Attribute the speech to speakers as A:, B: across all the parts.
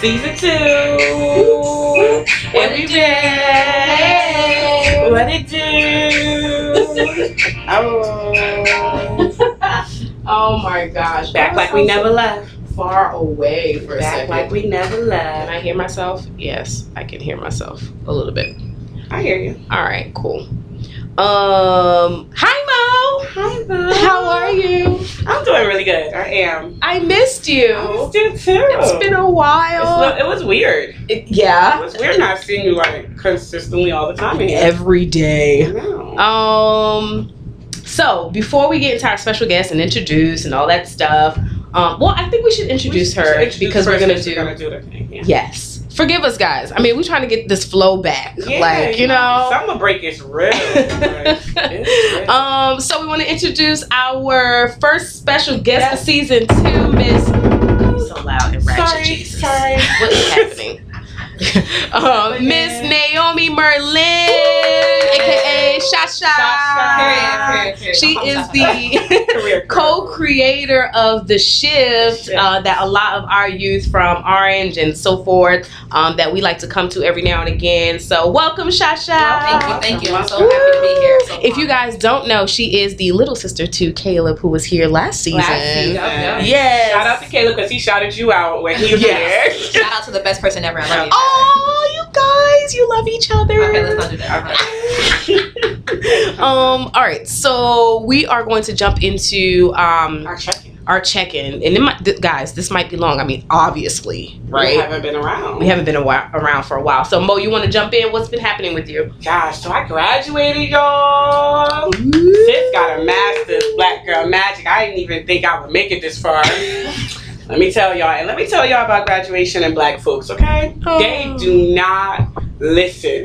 A: Season two. And we back. What it do? Oh.
B: Oh my gosh.
A: Back
B: I was
A: like
B: so
A: we never left.
B: far away for a
A: Back
B: second.
A: like we never
B: can
A: left.
B: I hear myself? Yes, I can hear myself a little bit.
A: I hear you.
B: All right, cool. Um, hi
A: Hi,
B: Mo.
A: boo.
B: How are you?
A: I'm doing really good. I am.
B: I missed you.
A: I was doing too.
B: It's been a
A: It's
B: while.
A: lo- it was weird.
B: It- yeah.
A: It was weird not seeing you like consistently all the time. in here.
B: Every day.
A: No.
B: Um, so before we get into our special guest and introduce and all that stuff, um, well, I think we should introduce
A: We should
B: her
A: introduce
B: because we're
A: first
B: gonna
A: since
B: do.
A: gonna do the thing. Yeah.
B: Yes, forgive us, guys. I mean, we're trying to get this flow back,
A: Yeah,
B: like you know.
A: summer break is real. Like, it's real.
B: um, so we want to introduce our first special guest for season two, Miss. So loud and ratchet,
A: sorry,
B: Jesus.
A: sorry.
B: What is happening? Uh, Miss Naomi Merlin, aka Shasha.
A: Shasha.
B: She is the
A: Career
B: co-creator of the shift uh, that a lot of our youth from Orange and so forth um, that we like to come to every now and again. So welcome, Shasha.
C: Thank you, thank you. I'm so happy to be here. So
B: If you guys don't know, she is the little sister to Caleb, who was here last season.
C: Last season.
A: Yeah.
B: Yes.
A: Shout out to Caleb because he shouted you out when he was
B: Yes.
A: there.
C: shout out to the best person ever. I love you.
B: Oh, you guys, you love each other.
C: Okay, let's not do that. All right.
B: um. All right. So we are going to jump into um
A: Our check-in.
B: our check-in, and it might, th- guys, this might be long. I mean, obviously,
A: We
B: right?
A: haven't been around.
B: We haven't been a while, around for a while. So Mo, you want to jump in? What's been happening with you?
A: Gosh, so I graduated, y'all. Sis got a master's black girl magic. I didn't even think I would make it this far. let me tell y'all, and let me tell y'all about graduation and black folks, okay?
B: Oh.
A: They do not listen.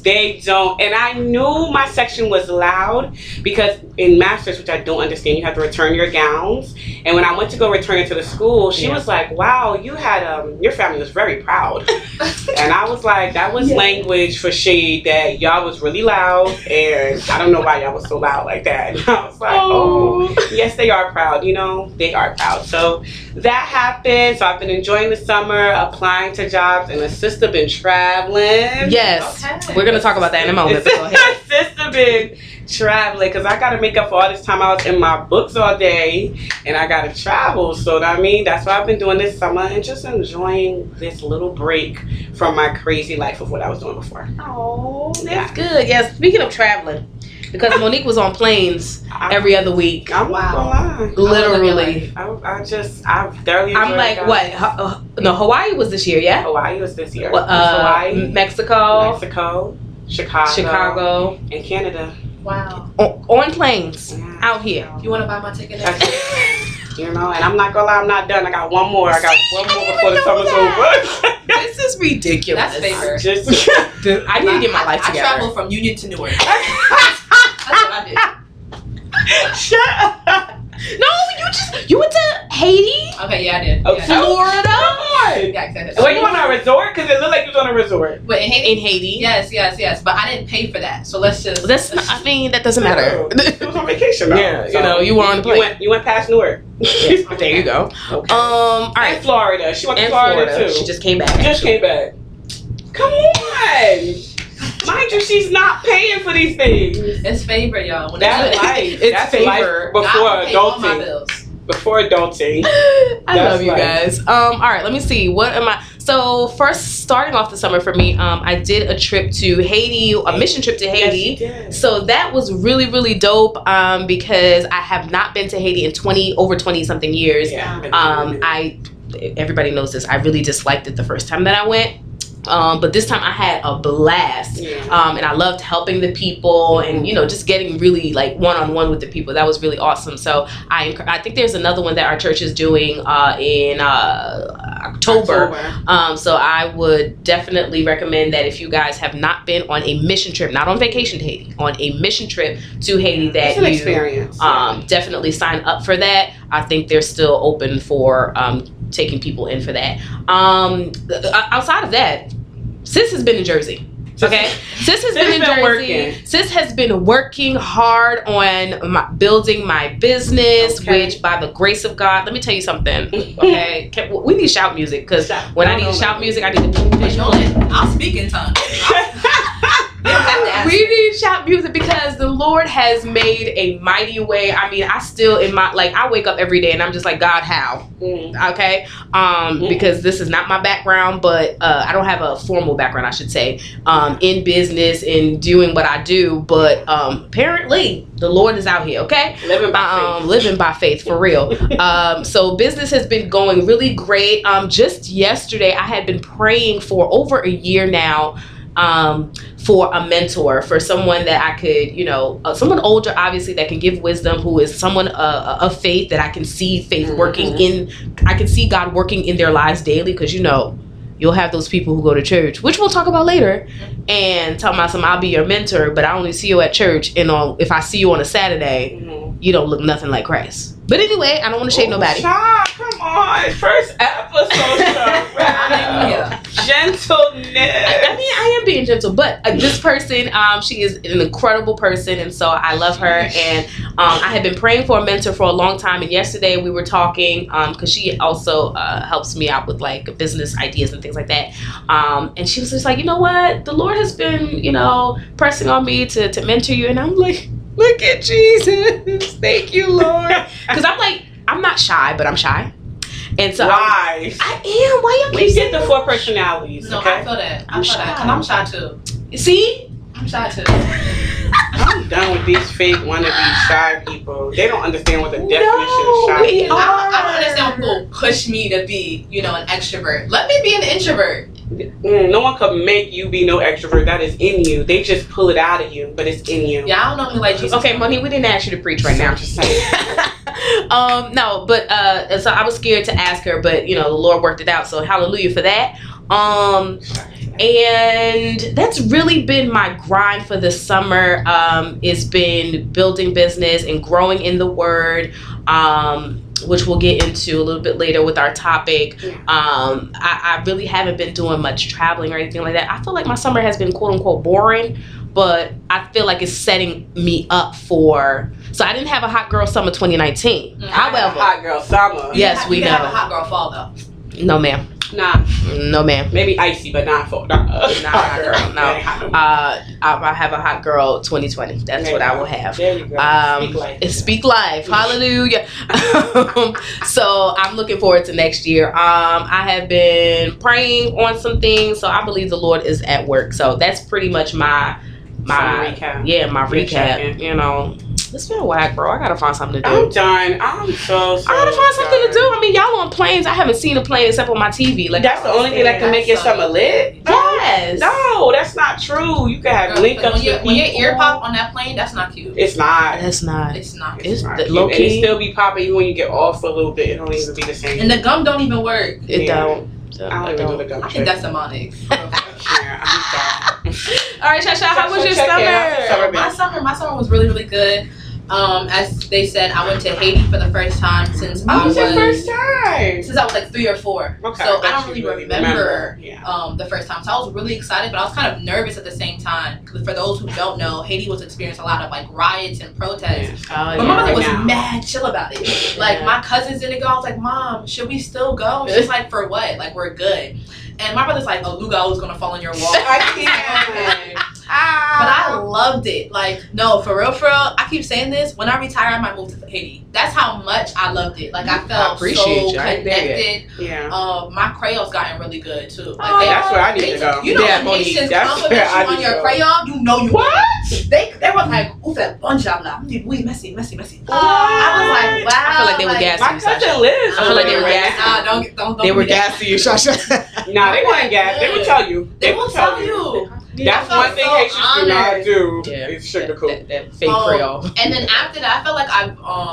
A: they don't. And I knew my section was loud because in master's, which I don't understand, you have to return your gowns. And when I went to go return it to the school, she
B: Yeah.
A: was like, Wow, you had um your family was very proud. and I was like, that was
B: Yeah.
A: language for shade that y'all was really loud and I don't know why y'all was so loud like that. And I was like, oh yes, they are proud. You know, they are proud. So that happened. So I've been enjoying the summer, applying to jobs, and the sister been traveling.
B: Yes,
C: Okay.
B: we're gonna talk about that in a moment. But go ahead.
A: sister been traveling because I got to make up for all this time I was in my books all day, and I got to travel. So I mean, that's what I've been doing this summer and just enjoying this little break from my crazy life of what I was doing before.
B: Oh,
A: yeah.
B: that's good. Yes. Speaking of traveling, because Monique was on planes
A: I,
B: every other week,
A: I'm not gonna lie.
B: literally.
A: I, I just I thoroughly.
B: I'm
A: enjoyed
B: like,
A: it.
B: what? Ho- uh, no, Hawaii was this year, yeah.
A: Hawaii was this year.
B: What, uh,
A: Hawaii,
B: Mexico,
A: Mexico, Chicago,
B: Chicago,
A: and Canada.
C: Wow.
B: on, on planes
A: Yeah.
B: out here.
C: You want to buy my ticket?
A: I- You know, and I'm not gonna lie, I'm not done. I got one more. I got
B: See,
A: one
B: I
A: more
B: didn't
A: before the
B: know
A: summer's over.
B: this is ridiculous.
C: That's favorite.
A: I just
B: I need to get my life
C: I
B: together.
C: traveled from Union to Newark. That's what I did.
A: shut up.
B: No, you just you went to Haiti,
C: Okay, yeah, I did.
A: Oh,
C: Yeah,
A: so-
B: Florida,
A: Come
C: yeah, exactly.
A: on. Were you on a resort? Because it looked like you was on a resort.
C: Wait, in Haiti?
B: in Haiti.
C: Yes, yes, yes. But I didn't pay for that, so let's just.
B: That's. I mean, that doesn't matter.
A: It was on vacation. Though.
B: yeah,
A: So,
B: you know, you were on the
A: you
B: plane.
A: went you went past Newark.
B: Yeah, there you go.
A: Okay.
B: Um. All
A: And
B: right.
A: Florida. She went to
B: And
A: Florida,
B: Florida.
A: too.
B: She just came back.
A: just
B: actually.
A: came back. Come on. Mind you, she's not paying for these things.
C: It's favor, y'all. When
A: That's
C: it's
A: life.
B: It's
A: That's
B: favor.
A: life before
C: I pay all my
A: adulting.
C: bills.
A: Before adulting.
B: I
A: That's
B: love you
A: life.
B: guys. Um, all right, let me see. What am I? So first, starting off the summer for me, um, I did a trip to Haiti, a mission trip to Haiti.
A: Yes,
B: So that was really, really dope. Um, because I have not been to Haiti in twenty over twenty something years. Um, I everybody knows this. I really disliked it the first time that I went. Um, but this time I had a blast. Um, and I loved helping the people and you know just getting really like one on one with the people. That was really awesome. So I encour- I think there's another one that our church is doing uh, in uh, October. Um, so I would definitely recommend that if you guys have not been on a mission trip, not on vacation to Haiti, on a mission trip to Haiti, that
A: It's an
B: you
A: experience.
B: um, definitely sign up for that. I think they're still open for um, taking people in for that. Um, o- outside of that, sis has been in Jersey. Okay, sis has been in
A: been
B: Jersey.
A: working.
B: Sis has been working hard on my, building my business,
A: Okay.
B: which by the grace of God, let me tell you something. Okay, Can- we need shout music because when I need shout music, I need to be
C: But you
B: visual.
C: only- I'll speak in tongues. You don't have to ask.
B: We need shout music because the Lord has made a mighty way. I mean, I still in my like I wake up every day and I'm just like, God, how?
A: Mm.
B: okay um
A: Mhm.
B: because this is not my background but uh i don't have a formal background i should say um in business in doing what i do but um apparently the lord is out here okay
A: Living by
B: um living by faith for real
A: faith.
B: um so business has been going really great um just yesterday i had been praying for over a year now um for a mentor for someone that i could you know uh, someone older obviously that can give wisdom who is someone uh, of faith that i can see faith working
A: Mhm.
B: in i can see god working in their lives daily because you know you'll have those people who go to church which we'll talk about later and tell myself i'll be your mentor but i only see you at church and on if i see you on a saturday
A: Mm.
B: you don't look nothing like Christ. But anyway, I don't want to shade
A: Ooh,
B: nobody.
A: Child, come on. First episode. Hallelujah.
C: Hallelujah.
B: I
A: Gentleness.
B: mean, I am being gentle, but uh, this person, um, she is an incredible person, and so I love her. And um, I had been praying for a mentor for a long time, and yesterday we were talking because she also uh, helps me out with like business ideas and things like that. Um, and she was just like, you know what, the Lord has been, you know, pressing on me to to mentor you, and I'm like, look at Jesus, thank you, Lord, because I'm like, I'm not shy, but I'm shy, and so. I'm-
A: Why?
B: I am. Why you
A: We get
B: keep saying
A: the
B: that?
A: four personalities,
C: No, I
A: okay?
C: feel that. I
B: I'm
C: feel
B: shy.
C: that. 'cause I'm shy too.
B: See,
C: I'm shy too.
A: I'm done with these fake wannabe shy people. They don't understand what the definition
B: No,
A: of shy
B: we
A: is.
C: I, don't- I don't understand when people push me to be, you know, an extrovert. Let me be an introvert.
A: Mm, no one could make you be no extrovert. That is in you. They just pull it out of you, but it's in you.
C: Yeah, I don't know me like Jesus.
B: okay, money. We didn't ask you to preach right now.
A: Just saying.
B: um, no, but uh, so I was scared to ask her, but you know, the Lord worked it out. So hallelujah for that. Um, and that's really been my grind for the summer. Um, it's been building business and growing in the Word. Um. Which we'll get into a little bit later with our topic.
A: Yeah.
B: Um, I, I really haven't been doing much traveling or anything like that. I feel like my summer has been quote unquote boring, but I feel like it's setting me up for. So I didn't have a hot girl summer 2019.
C: Mm.
B: However,
A: Hot girl summer.
B: Yeah. yes,
C: you
B: we
C: can have
B: know.
C: a hot girl fall though.
B: no ma'am,
A: Nah,
B: no ma'am.
A: maybe icy, but not full. Not, uh,
B: Nah,
A: hot girl.
B: girl, no.
A: That ain't hot no
B: Uh,
A: more.
B: I, I have a hot girl 2020. That's what I will have.
A: There you go.
B: Um,
A: Speak like
B: and speak life, hallelujah. Um, so I'm looking forward to next year. Um, I have been praying on some things, so I believe the Lord is at work. So that's pretty much my my
A: Recap.
B: yeah my
A: Recap.
B: recap. You know, it's been a while, bro. I gotta find something to do.
A: I'm done. I'm so
B: I
A: sorry.
B: gotta find something to do. I mean, y'all on planes. I haven't seen a plane except on my TV. Like
A: That's the only thing that can make your summer lit.
B: Yes.
A: No, that's not true. You can have
C: Girl,
A: link
C: when
A: ups
C: your,
A: with
C: when your ear
A: people.
C: pop on that plane, that's not cute.
A: It's not.
B: That's not.
C: It's not.
B: It's
A: not
B: the-
A: cute.
B: low-key.
A: And it still be popping even when you get off a little bit. It don't even be the same.
C: And the gum don't even work.
B: It
A: Yeah.
B: don't.
A: I don't even know the gum
C: I
A: trick.
C: think that's demonic.
A: yeah, I'm done.
B: All right, Shasha, how
A: Shasha,
B: was your
A: check in. How's your summer?
B: summer?
C: my summer, my summer was really, really good. Um, as they said, I went to Haiti for the first time since I
A: What was
C: was
A: your first time?
C: since I was like three or four.
A: Okay,
C: so
A: but
C: I don't
A: you really
C: really remember,
A: remember, yeah.
C: um, the first time. So I was really excited, but I was kind of nervous at the same time. 'Cause for those who don't know, Haiti was experiencing a lot of like riots and protests.
B: Oh,
C: But my mother
A: right
C: was
A: now.
C: mad chill about it. Like
B: Yeah.
C: my cousins didn't go. I was like, Mom, should we still go? She's like, For what? Like we're good. And my brother's like, Oh, Lugo is gonna fall on your wall.
A: I can't. Um,
C: But I loved it. Like, no, for real, for real. I keep saying this. When I retire, I might move to Haiti. That's how much I loved it. Like, I felt
B: appreciate
C: so
B: you. I ain't there yet.
C: connected.
A: Yeah.
C: Um, my crayons gotten really good too. Like,
B: Oh,
C: they,
A: That's where I need to go.
C: You know,
B: Yeah,
C: when
A: Monique,
C: Haitians
A: that's
C: compliment
A: where I
C: you on
A: need
C: your
A: to go.
C: crayon, you know you.
A: What?
C: They they were like, oof, that bunch blah blah. We messy, messy, messy. I was like, wow.
B: I feel like they were gassing
A: my
B: you, Shasha.
A: cousin Liz.
B: I feel like they were
A: over there.
B: gassing.
C: Nah, don't, don't, don't
B: They
C: do
B: were
C: that.
B: gassing you, Shasha.
A: Nah, they weren't gas. They would tell you.
C: They
A: would
C: will tell you.
A: That's
C: I
A: one
C: felt
A: thing
C: so
A: Haitians do not
C: honored.
A: do
B: Yeah.
A: is sugarcoat. Oh.
B: That, that fake
C: Um,
B: Creole.
C: And then after that, I felt like I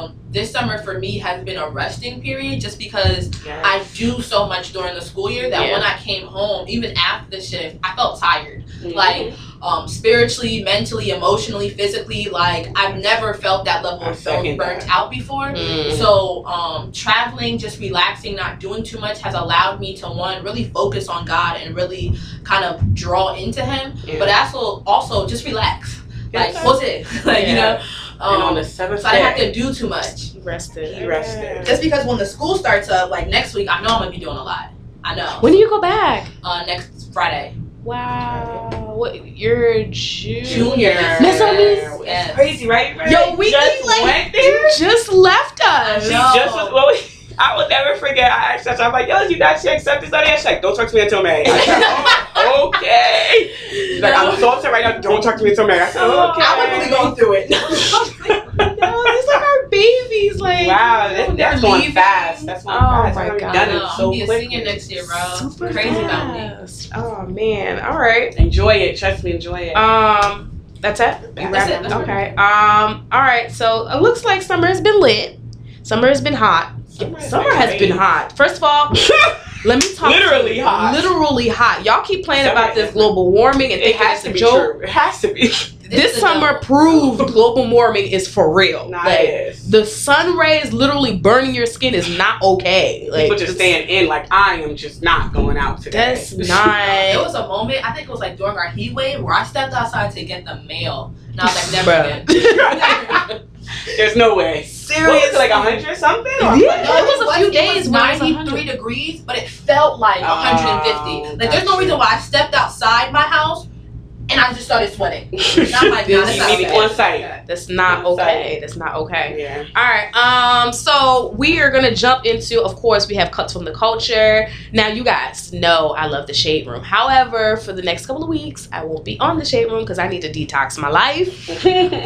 C: um this summer for me has been a resting period just because
B: Yes.
C: I do so much during the school year that
B: Yeah.
C: when I came home, even after the shift, I felt tired. Like um, spiritually, mentally, emotionally, physically, like I've never felt that level
A: I
C: of burnt,
A: second
C: burnt
A: that.
C: out before.
B: Mm.
C: So um, traveling, just relaxing, not doing too much has allowed me to one really focus on God and really kind of draw into Him.
A: Yeah.
C: But also, also just relax, like
A: Okay.
C: positive, like you know.
A: and on
C: Um,
A: the seventh
C: so I didn't have
A: day,
C: to do too much.
B: rested.
A: he rested.
C: Just because when the school starts up, like next week, I know I'm gonna be doing a lot. I know.
B: When do you go back?
C: uh, next Friday.
B: Wow. What you're June.
C: Junior.
B: That's what I mean.
A: It's
C: Yes.
A: crazy, right? Ray?
B: Yo, we
A: just
B: eat like-
A: went
B: You
A: there.
B: just left us.
A: She
C: No.
A: just was. Well, we- I will never forget. I asked her, I'm like, yo, you got your acceptance letter? She's like, don't talk to me until May. I said, oh, okay. She's like, I'm so upset right now. Don't talk to me until May. I said,
B: Oh,
A: okay.
C: I was really going through it.
B: No, it's like our babies. Like
A: Wow, that,
B: we'll never
A: that's going
B: leave.
A: fast. That's going
B: Oh
A: fast.
B: my
A: I've
B: God.
A: done
C: No,
A: it
C: I'll
A: so
C: be a
A: quickly.
C: senior next year, bro.
B: Super
C: Crazy about me.
B: fast. Oh man. All right.
A: Enjoy it. Trust me, enjoy it.
B: Um, that's it. You
A: That's
B: wrap
A: it,
B: it?
A: that's
B: okay. Um. All right. So it looks like summer has been lit. Summer has been hot.
A: Summer is
B: Summer
A: like
B: has been
A: crazy.
B: hot. First of all, let me talk.
A: Literally hot.
B: Literally hot. Y'all keep playing
A: Summer
B: about this
A: is-
B: global warming and
A: It
B: thinking
A: has
B: it's
A: to
B: a
A: be
B: joke.
A: true. It has to be.
B: This summer proved global warming is for real.
A: Nah,
B: Like,
A: it is.
B: the sun rays literally burning your skin is not okay. Like
A: People just staying in. Like I am just not going out today.
B: that's
C: There
B: not.
C: was a moment, I think it was like during our heat wave, where I stepped outside to get the mail. And I was like, never again.
B: Bruh.
A: There's no way. What was
B: Serious.
A: it, like hundred something? Or-
B: Yeah. It was a
C: It
B: few
C: it
B: days
C: was
B: when it was
C: 93 degrees, but it felt like
B: Ah,
A: Oh,
C: 150. Like, there's no
A: gotcha.
C: reason why I stepped outside my house and I just started sweating. Not like, nah, that's
A: You
C: not
A: need it
C: okay.
A: on site.
B: That's not
A: I'm sorry.
B: okay. That's not okay.
A: Yeah.
B: All right. Um. So we are gonna jump into. Of course, we have cuts from the culture. Now, you guys know I love the shade room. However, for the next couple of weeks, I won't be on the shade room because I need to detox my life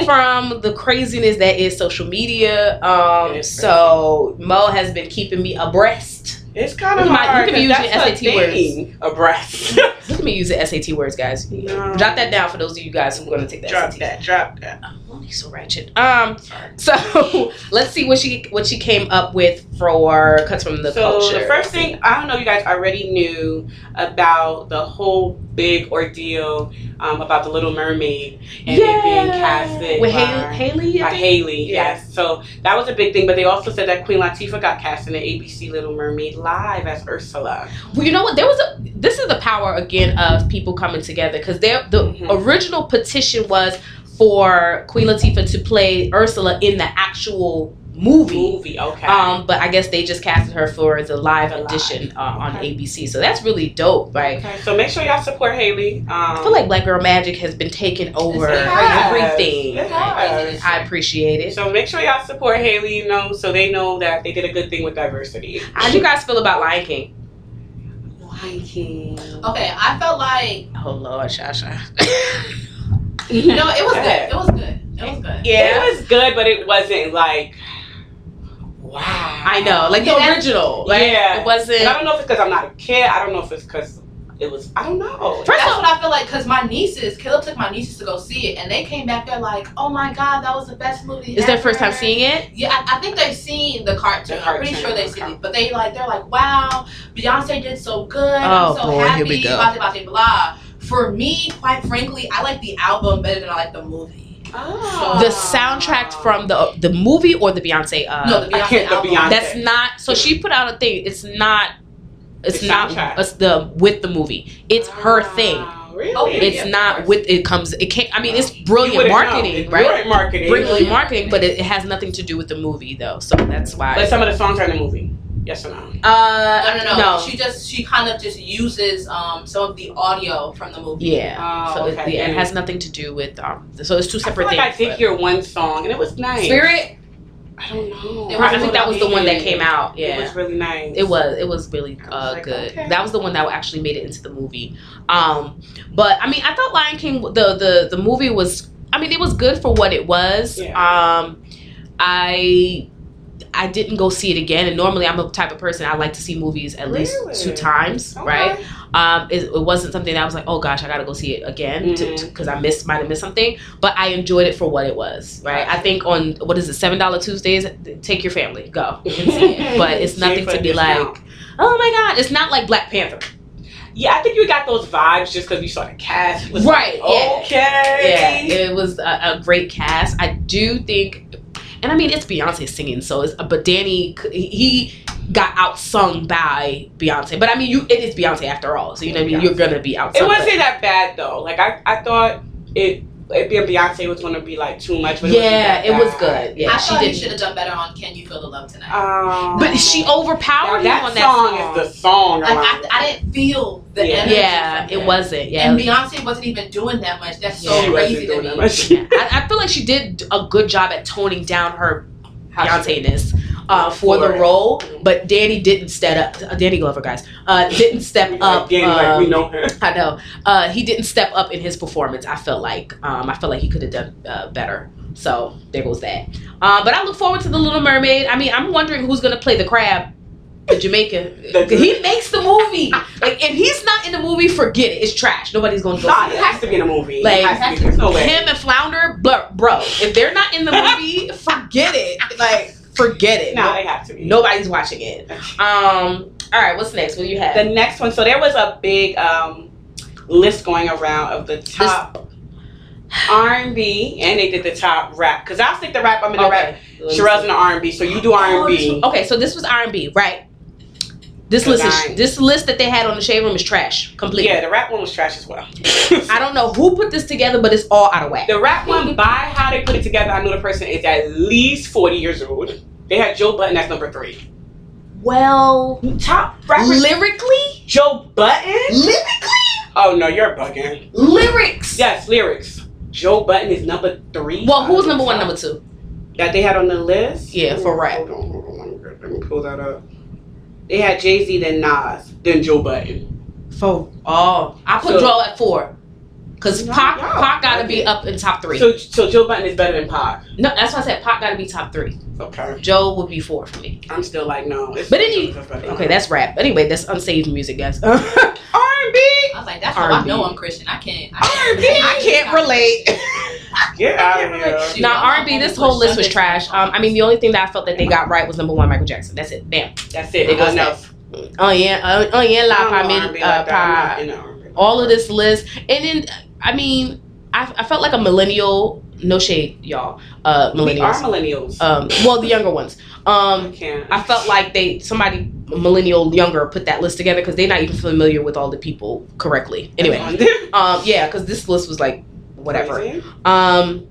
B: from the craziness that is social media.
A: It
B: Um.
A: is
B: So Mo has been keeping me abreast.
A: It's kind of
B: You might- you
A: hard.
B: could be
A: 'cause
B: using
A: that's
B: SAT
A: a
B: words.
A: thing. Abreast.
B: Let me use the SAT words, guys.
A: No.
B: Jot that down for those of you guys who are gonna take that
A: drop
B: SAT.
A: that. Drop that.
B: Oh, he's so ratchet. Um.
A: Sorry.
B: So let's see what she what she came up with for cuts from the
A: so
B: culture.
A: the first thing I don't know, you guys already knew about the whole big ordeal um, about the Little Mermaid and it being casted
B: with
A: by,
B: Haley. Haley, I
A: by
B: think?
A: Haley.
B: Yeah.
A: Yes, so that was a big thing. But they also said that Queen Latifah got cast in the ABC Little Mermaid live as Ursula.
B: Well, you know what? There was a. This is the power again of people coming together because there the
A: Mhm.
B: original petition was for Queen Latifah to play Ursula in the actual movie.
A: Movie, okay.
B: Um, but I guess they just casted her for the live
A: The live.
B: audition uh, on
A: Okay.
B: ABC, so that's really dope. Like,
A: Okay, so make sure y'all support Haley. Um,
B: I feel like Black Girl Magic has been taking over
C: It
A: has.
B: everything.
A: It
B: Like,
A: has.
B: I appreciate it.
A: So make sure y'all support Haley, you know, so they know that they did a good thing with diversity.
B: How do you guys feel about Lion King?
A: Lion King.
C: Okay, I felt like,
B: Oh Lord, Shasha.
C: you know, it was
A: Yeah.
C: good. It was good. It was good.
B: yeah,
A: It was good, but it wasn't like wow.
B: I know, like the
C: Yeah, that-
B: original. Like,
A: Yeah.
B: it
A: And I
B: wasn't.
A: don't know if it's because I'm not a kid. I don't know if it's because it was. I don't know.
B: First
C: That's
B: off-
C: what I feel like because my nieces, Caleb took my nieces to go see it, and they came back there like, "Oh my god, that was the best movie."
B: It's their
C: ever."
B: first time seeing it.
C: Yeah, I, I think they've seen the cartoon.
A: The
C: I'm pretty
A: cartoon,
C: sure they've seen
A: okay.
C: it, but they like they're like, "Wow, Beyonce did so
B: Oh,
C: good. I'm so
B: boy, here
C: happy."
B: we go.
C: Blah, blah, blah, blah. For me, quite frankly, I like the album better than I like the movie.
A: Oh.
B: The soundtrack from the the movie or the Beyonce. Uh,
C: no, the
A: I
C: Beyonce
A: can't- the
C: album.
A: Beyonce-
B: that's not. So she put out a thing. It's not. It's
A: The
B: not.
A: soundtrack.
B: It's the with the movie. It's her thing.
A: Wow, Ah, Really?
C: Oh, yeah,
B: It's
C: of
B: not
C: course.
B: with. It comes. It can't. I mean, it's
A: You
B: brilliant
A: would've
B: marketing,
A: known.
B: right?
A: Brilliant marketing.
B: Brilliant
C: Yeah.
B: marketing, but it, it has nothing to do with the movie though. So that's why.
A: But some of the songs are in the movie. Yes or no?
B: Uh,
C: no, no, no, She just she kind of just uses um some of the audio from the movie.
B: yeah.
A: Oh,
B: so it,
A: okay.
B: yeah, it has nothing to do with um. So it's two
A: I feel
B: separate
A: like I
B: things.
A: did hear one song and it was
B: but-
A: nice.
B: Spirit.
A: I don't know.
C: It
B: I think that was the one that
A: Yeah.
B: came out.
A: It was
B: Yeah.
A: really nice.
B: It was it was really
A: I was
B: uh,
A: like,
B: good.
A: okay.
B: That was the one that actually made it into the movie. Um, but I mean, I thought Lion King the the the movie was. I mean, it was good for what it was.
A: Yeah.
B: Um, I I didn't go see it again. And normally I'm a type of person I like to see movies at least
A: Really?
B: two times,
A: Okay.
B: right? Um, it, it wasn't something that I was like, oh gosh, I gotta go see it again
A: Mhm.
B: because I missed might have missed something. But I enjoyed it for what it was, right? I think on what is it, seven dollar Tuesdays? Take your family, go. But it's
A: Shame
B: nothing
A: for
B: to be
A: discount.
B: like, oh my god, it's not like Black Panther,
A: Yeah, I think you got those vibes just because we saw the cast. It was
B: right?
A: like,
B: yeah.
A: Okay.
B: Yeah, it was a, a great cast. I do think, and I mean, it's Beyonce singing, so it's but Danny c- he got outsung by Beyonce. But I mean, you it is Beyonce after all, so you know what I mean. You're gonna be outsung.
A: It
B: but-
A: wasn't that bad though. Like I, I thought it, it being Beyonce was gonna be like too much. But
B: yeah, it
A: wasn't that
B: was
A: bad.
B: good. Yeah,
C: I
B: she
C: thought you
B: did.
C: should have done better on "Can You Feel the Love Tonight."
A: Um,
B: But she
A: now
B: overpowered
A: that,
B: him on
A: song,
B: that song.
A: is the song.
C: like
A: around
C: I, I didn't feel the
A: Yeah.
C: energy.
B: yeah,
C: from
B: it
C: him.
B: wasn't. Yeah,
C: And Beyonce wasn't even doing that much. That's so
B: Yeah.
A: She wasn't
C: crazy to
A: doing
C: me.
A: that much.
B: Yeah, I, I feel like she did a good job at toning down her Beyonce ness uh, for,
A: For
B: the
A: it.
B: role, but Danny didn't step up. uh, Danny Glover, guys, uh, didn't step
A: Like,
B: up.
A: again, like
B: um,
A: we know her.
B: I know uh, he didn't step up in his performance. I felt like um, I felt like he could have done uh, better. So there goes that. Uh, but I look forward to the Little Mermaid. I mean, I'm wondering who's gonna play the crab. The Jamaican.
A: The-
B: he makes the movie. Like if he's not in the movie, forget it. It's trash. Nobody's gonna go.
A: Nah,
B: see
A: it
B: it
A: has to be in a movie.
B: Like,
A: it has to be. There's no way.
B: him and Flounder, but bro, if they're not in the movie, forget it. Like, forget it.
A: No, they have to be.
B: Nobody's watching it. Um. All right. What's next? What do you have?
A: The next one. So there was a big um, list going around of the top R and B, and they did the top rap. Cause I'll stick the rap. I'm in the rap. Sherelle's in the R and B, so you do R and B.
B: Okay. So this was R and B, right? This
A: Good
B: list
A: night.
B: is this list that they had on the shade room is trash. Completely.
A: Yeah, the rap one was trash as well.
B: I don't know who put this together, but it's all out of whack.
A: The rap one, by how they put it together, I knew the person is at least 40 years old. They had Joe Button as number three.
B: Well,
A: Top rapper
B: lyrically,
A: Joe Button?
B: lyrically,
A: Oh no, you're bugging.
B: lyrics.
A: Yes, lyrics. Joe Button is number three.
B: Well, who was number one, number two?
A: That they had on the list?
B: Yeah, for rap.
A: Hold on, hold on, let me- let me pull that up. They had Jay Z, then Nas, then Joe Button.
B: Four. Oh, I put
A: So-
B: Joel at four. Cause
A: No,
B: Pac,
A: no.
B: Pac gotta be up in top three.
A: So, so Joe Button is better than Pac.
B: no, that's why I said Pac gotta be top three.
A: Okay.
B: Joe would be four for me.
A: I'm still like no. it's-
B: But any-
A: it's better.
B: Okay, that's rap. Anyway, that's unsaved music, guys.
A: R&B.
C: I was like, that's how I
B: R&B.
C: know I'm Christian. I can't. I
A: R&B.
B: I can't relate.
A: Get out of here.
C: relate.
B: now R and B, this whole list was trash. Um, I mean, the only thing that I felt that they got right was number one, Michael Jackson. That's it. Bam.
A: That's it.
B: It goes
A: enough.
B: Oh yeah, oh, oh yeah, la
A: I
B: pa
A: don't know
B: min,
A: R&B
B: uh,
A: like that.
B: pa.
A: I'm not into R&B.
B: All of this list, and then I mean, I, I felt like a millennial. No shade, y'all. Uh,
A: We are
B: millennials.
A: millennials.
B: Um, well, the younger ones. Um,
A: I can't.
B: I felt like they somebody millennial younger put that list together because they're not even familiar with all the people correctly. Anyway, um, yeah, because this list was like whatever.
A: Crazy.
B: Um,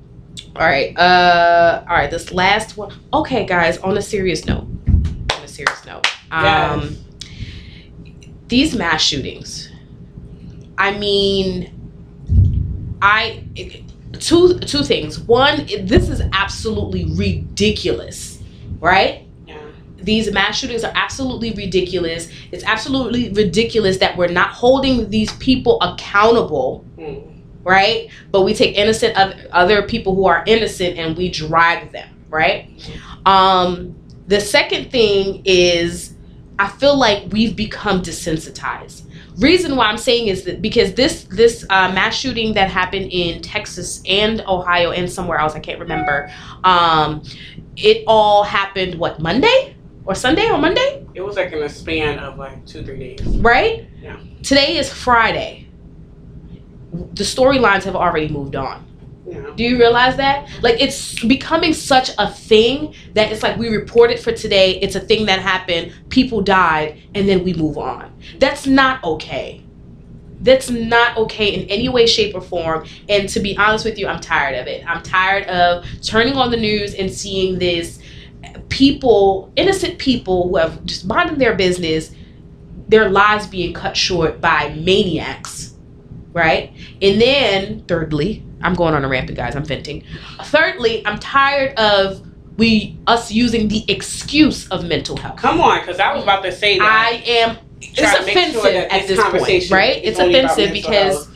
B: all right, uh, all right. This last one. Okay, guys. On a serious note. On a serious note. Um,
A: Yes.
B: These mass shootings. I mean, I two two things. One, this is absolutely ridiculous, right?
A: Yeah.
B: these mass shootings are absolutely ridiculous. It's absolutely ridiculous that we're not holding these people accountable,
A: Mm.
B: right? But we take innocent of other people who are innocent and we drag them, right? Um, the second thing is I feel like we've become desensitized. Reason why I'm saying is that because this this uh, mass shooting that happened in Texas and Ohio and somewhere else I can't remember, um, it all happened what Monday or Sunday or Monday?
A: It was like in a span of like two, three days.
B: right?
A: Yeah.
B: Today is Friday. The storylines have already moved on.
A: Yeah.
B: Do you realize that? Like it's becoming such a thing that it's like we report it for today, it's a thing that happened, people died, and then we move on. That's not okay. That's not okay in any way, shape, or form. And to be honest with you, I'm tired of it. I'm tired of turning on the news and seeing this people, innocent people who have just minded their business, their lives being cut short by maniacs, right? And then, thirdly, I'm going on a rampant, guys. I'm venting. Thirdly, I'm tired of we us using the excuse of mental health.
A: Come on, because I was about to say that.
B: I am.
A: Try
B: It's
A: to make sure
B: offensive
A: that
B: at
A: this
B: this point,
A: conversation
B: right?
A: is
B: It's
A: only about
B: offensive
A: mental
B: because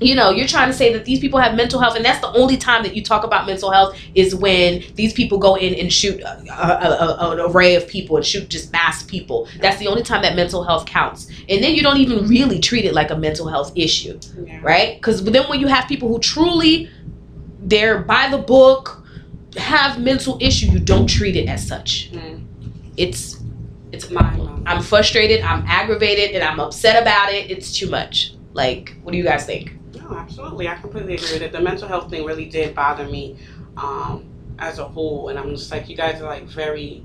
B: you know, you're trying to say that these people have mental health, and that's the only time that you talk about mental health is when these people go in and shoot a, a, a, an array of people and shoot just mass people. That's the only time that mental health counts. And then you don't even really treat it like a mental health issue,
A: Yeah.
B: right? Because then when you have people who truly, they're by the book, have mental issue, you don't treat it as such.
A: Mm.
B: It's, it's my
A: Mind blowing.
B: I'm frustrated, I'm aggravated, and I'm upset about it. It's too much. Like, what do you guys think?
A: No, absolutely. I completely agree with it. The mental health thing really did bother me um, as a whole. And I'm just like, you guys are like very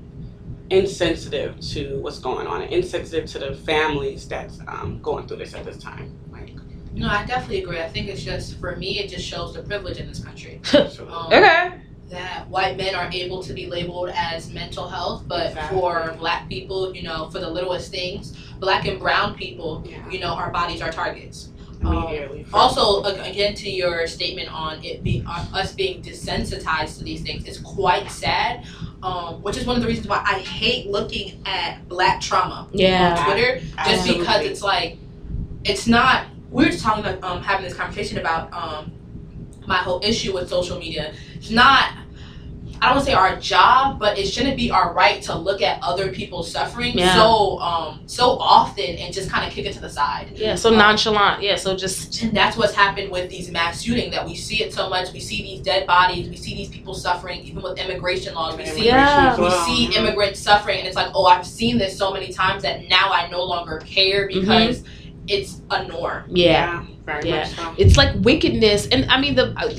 A: insensitive to what's going on and insensitive to the families that's um, going through this at this time. Like,
C: No, I definitely agree. I think it's just for me, it just shows the privilege in this country.
A: absolutely.
C: Um,
B: Okay.
C: That white men are able to be labeled as mental health, but
A: Exactly.
C: for black people, you know, for the littlest things, black and brown people,
A: Yeah,
C: you know, our bodies are targets. Um,
A: immediately.
C: Also, ag- again, to your statement on it being on us being desensitized to these things, it's quite sad. Um, which is one of the reasons why I hate looking at black trauma
B: Yeah.
C: on Twitter just
A: Absolutely.
C: because it's like it's not we were just talking about um, having this conversation about um, my whole issue with social media it's not i don't want to say our job but it shouldn't be our right to look at other people's suffering
B: Yeah.
C: so um, so often and just kind of kick it to the side
B: Yeah, so nonchalant. Yeah, so just
C: and that's what's happened with these mass shooting that we see it so much we see these dead bodies we see these people suffering even with immigration laws we see
B: Yeah.
C: we see immigrants suffering and it's like oh i've seen this so many times that now i no longer care because it's a norm
B: yeah.
A: Yeah, very
B: Yeah.
A: much so.
B: It's like wickedness and I mean the uh,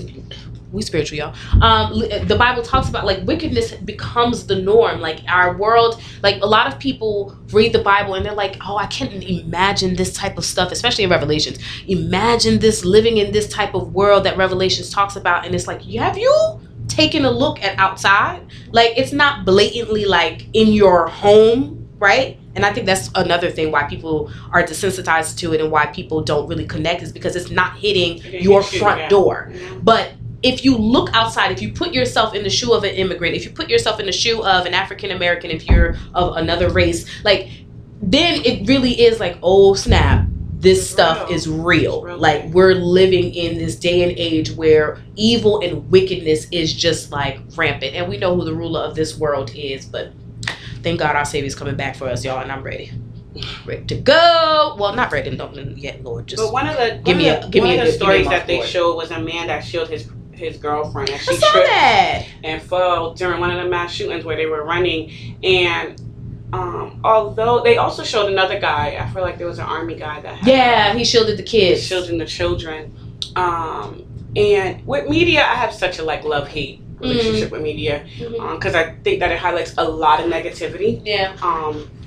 B: we spiritual y'all. Um li- the Bible talks about like wickedness becomes the norm. Like our world, like a lot of people read the Bible and they're like, "Oh, I can't imagine this type of stuff, especially in Revelations. Imagine this living in this type of world that Revelations talks about." And it's like, "You have you taken a look at outside? Like it's not blatantly like in your home, right?" And I think that's another thing why people are desensitized to it and why people don't really connect is because it's not hitting
A: It didn't
B: your
A: hit you,
B: front
A: yeah.
B: door.
A: Yeah.
B: But if you look outside, if you put yourself in the shoe of an immigrant, if you put yourself in the shoe of an African American, if you're of another race, like then it really is like, oh snap, this
A: It's
B: stuff
A: real.
B: is real.
A: It's real.
B: Like we're living in this day and age where evil and wickedness is just like rampant, and we know who the ruler of this world is. But thank God our Savior's coming back for us, y'all, and I'm ready, ready to go. Well, not ready, don't yet, Lord. Just
A: But one of the one
B: give me
A: of
B: a-
A: the,
B: give
A: one
B: me
A: of
B: a
A: the
B: good- give me a
A: stories
B: mouth
A: that they
B: for it.
A: showed was a man that shielded his his girlfriend and
B: I
A: she
B: saw
A: tripped
B: that.
A: and fell during one of the mass shootings where they were running. And um, although they also showed another guy, I feel like there was an army guy that had
B: Yeah, he shielded the kids.
A: his children, the children. Um, and with media, I have such a like love hate relationship with media um,
B: Mhm.
A: because I think that it highlights a lot of negativity.
B: Yeah.
A: Um,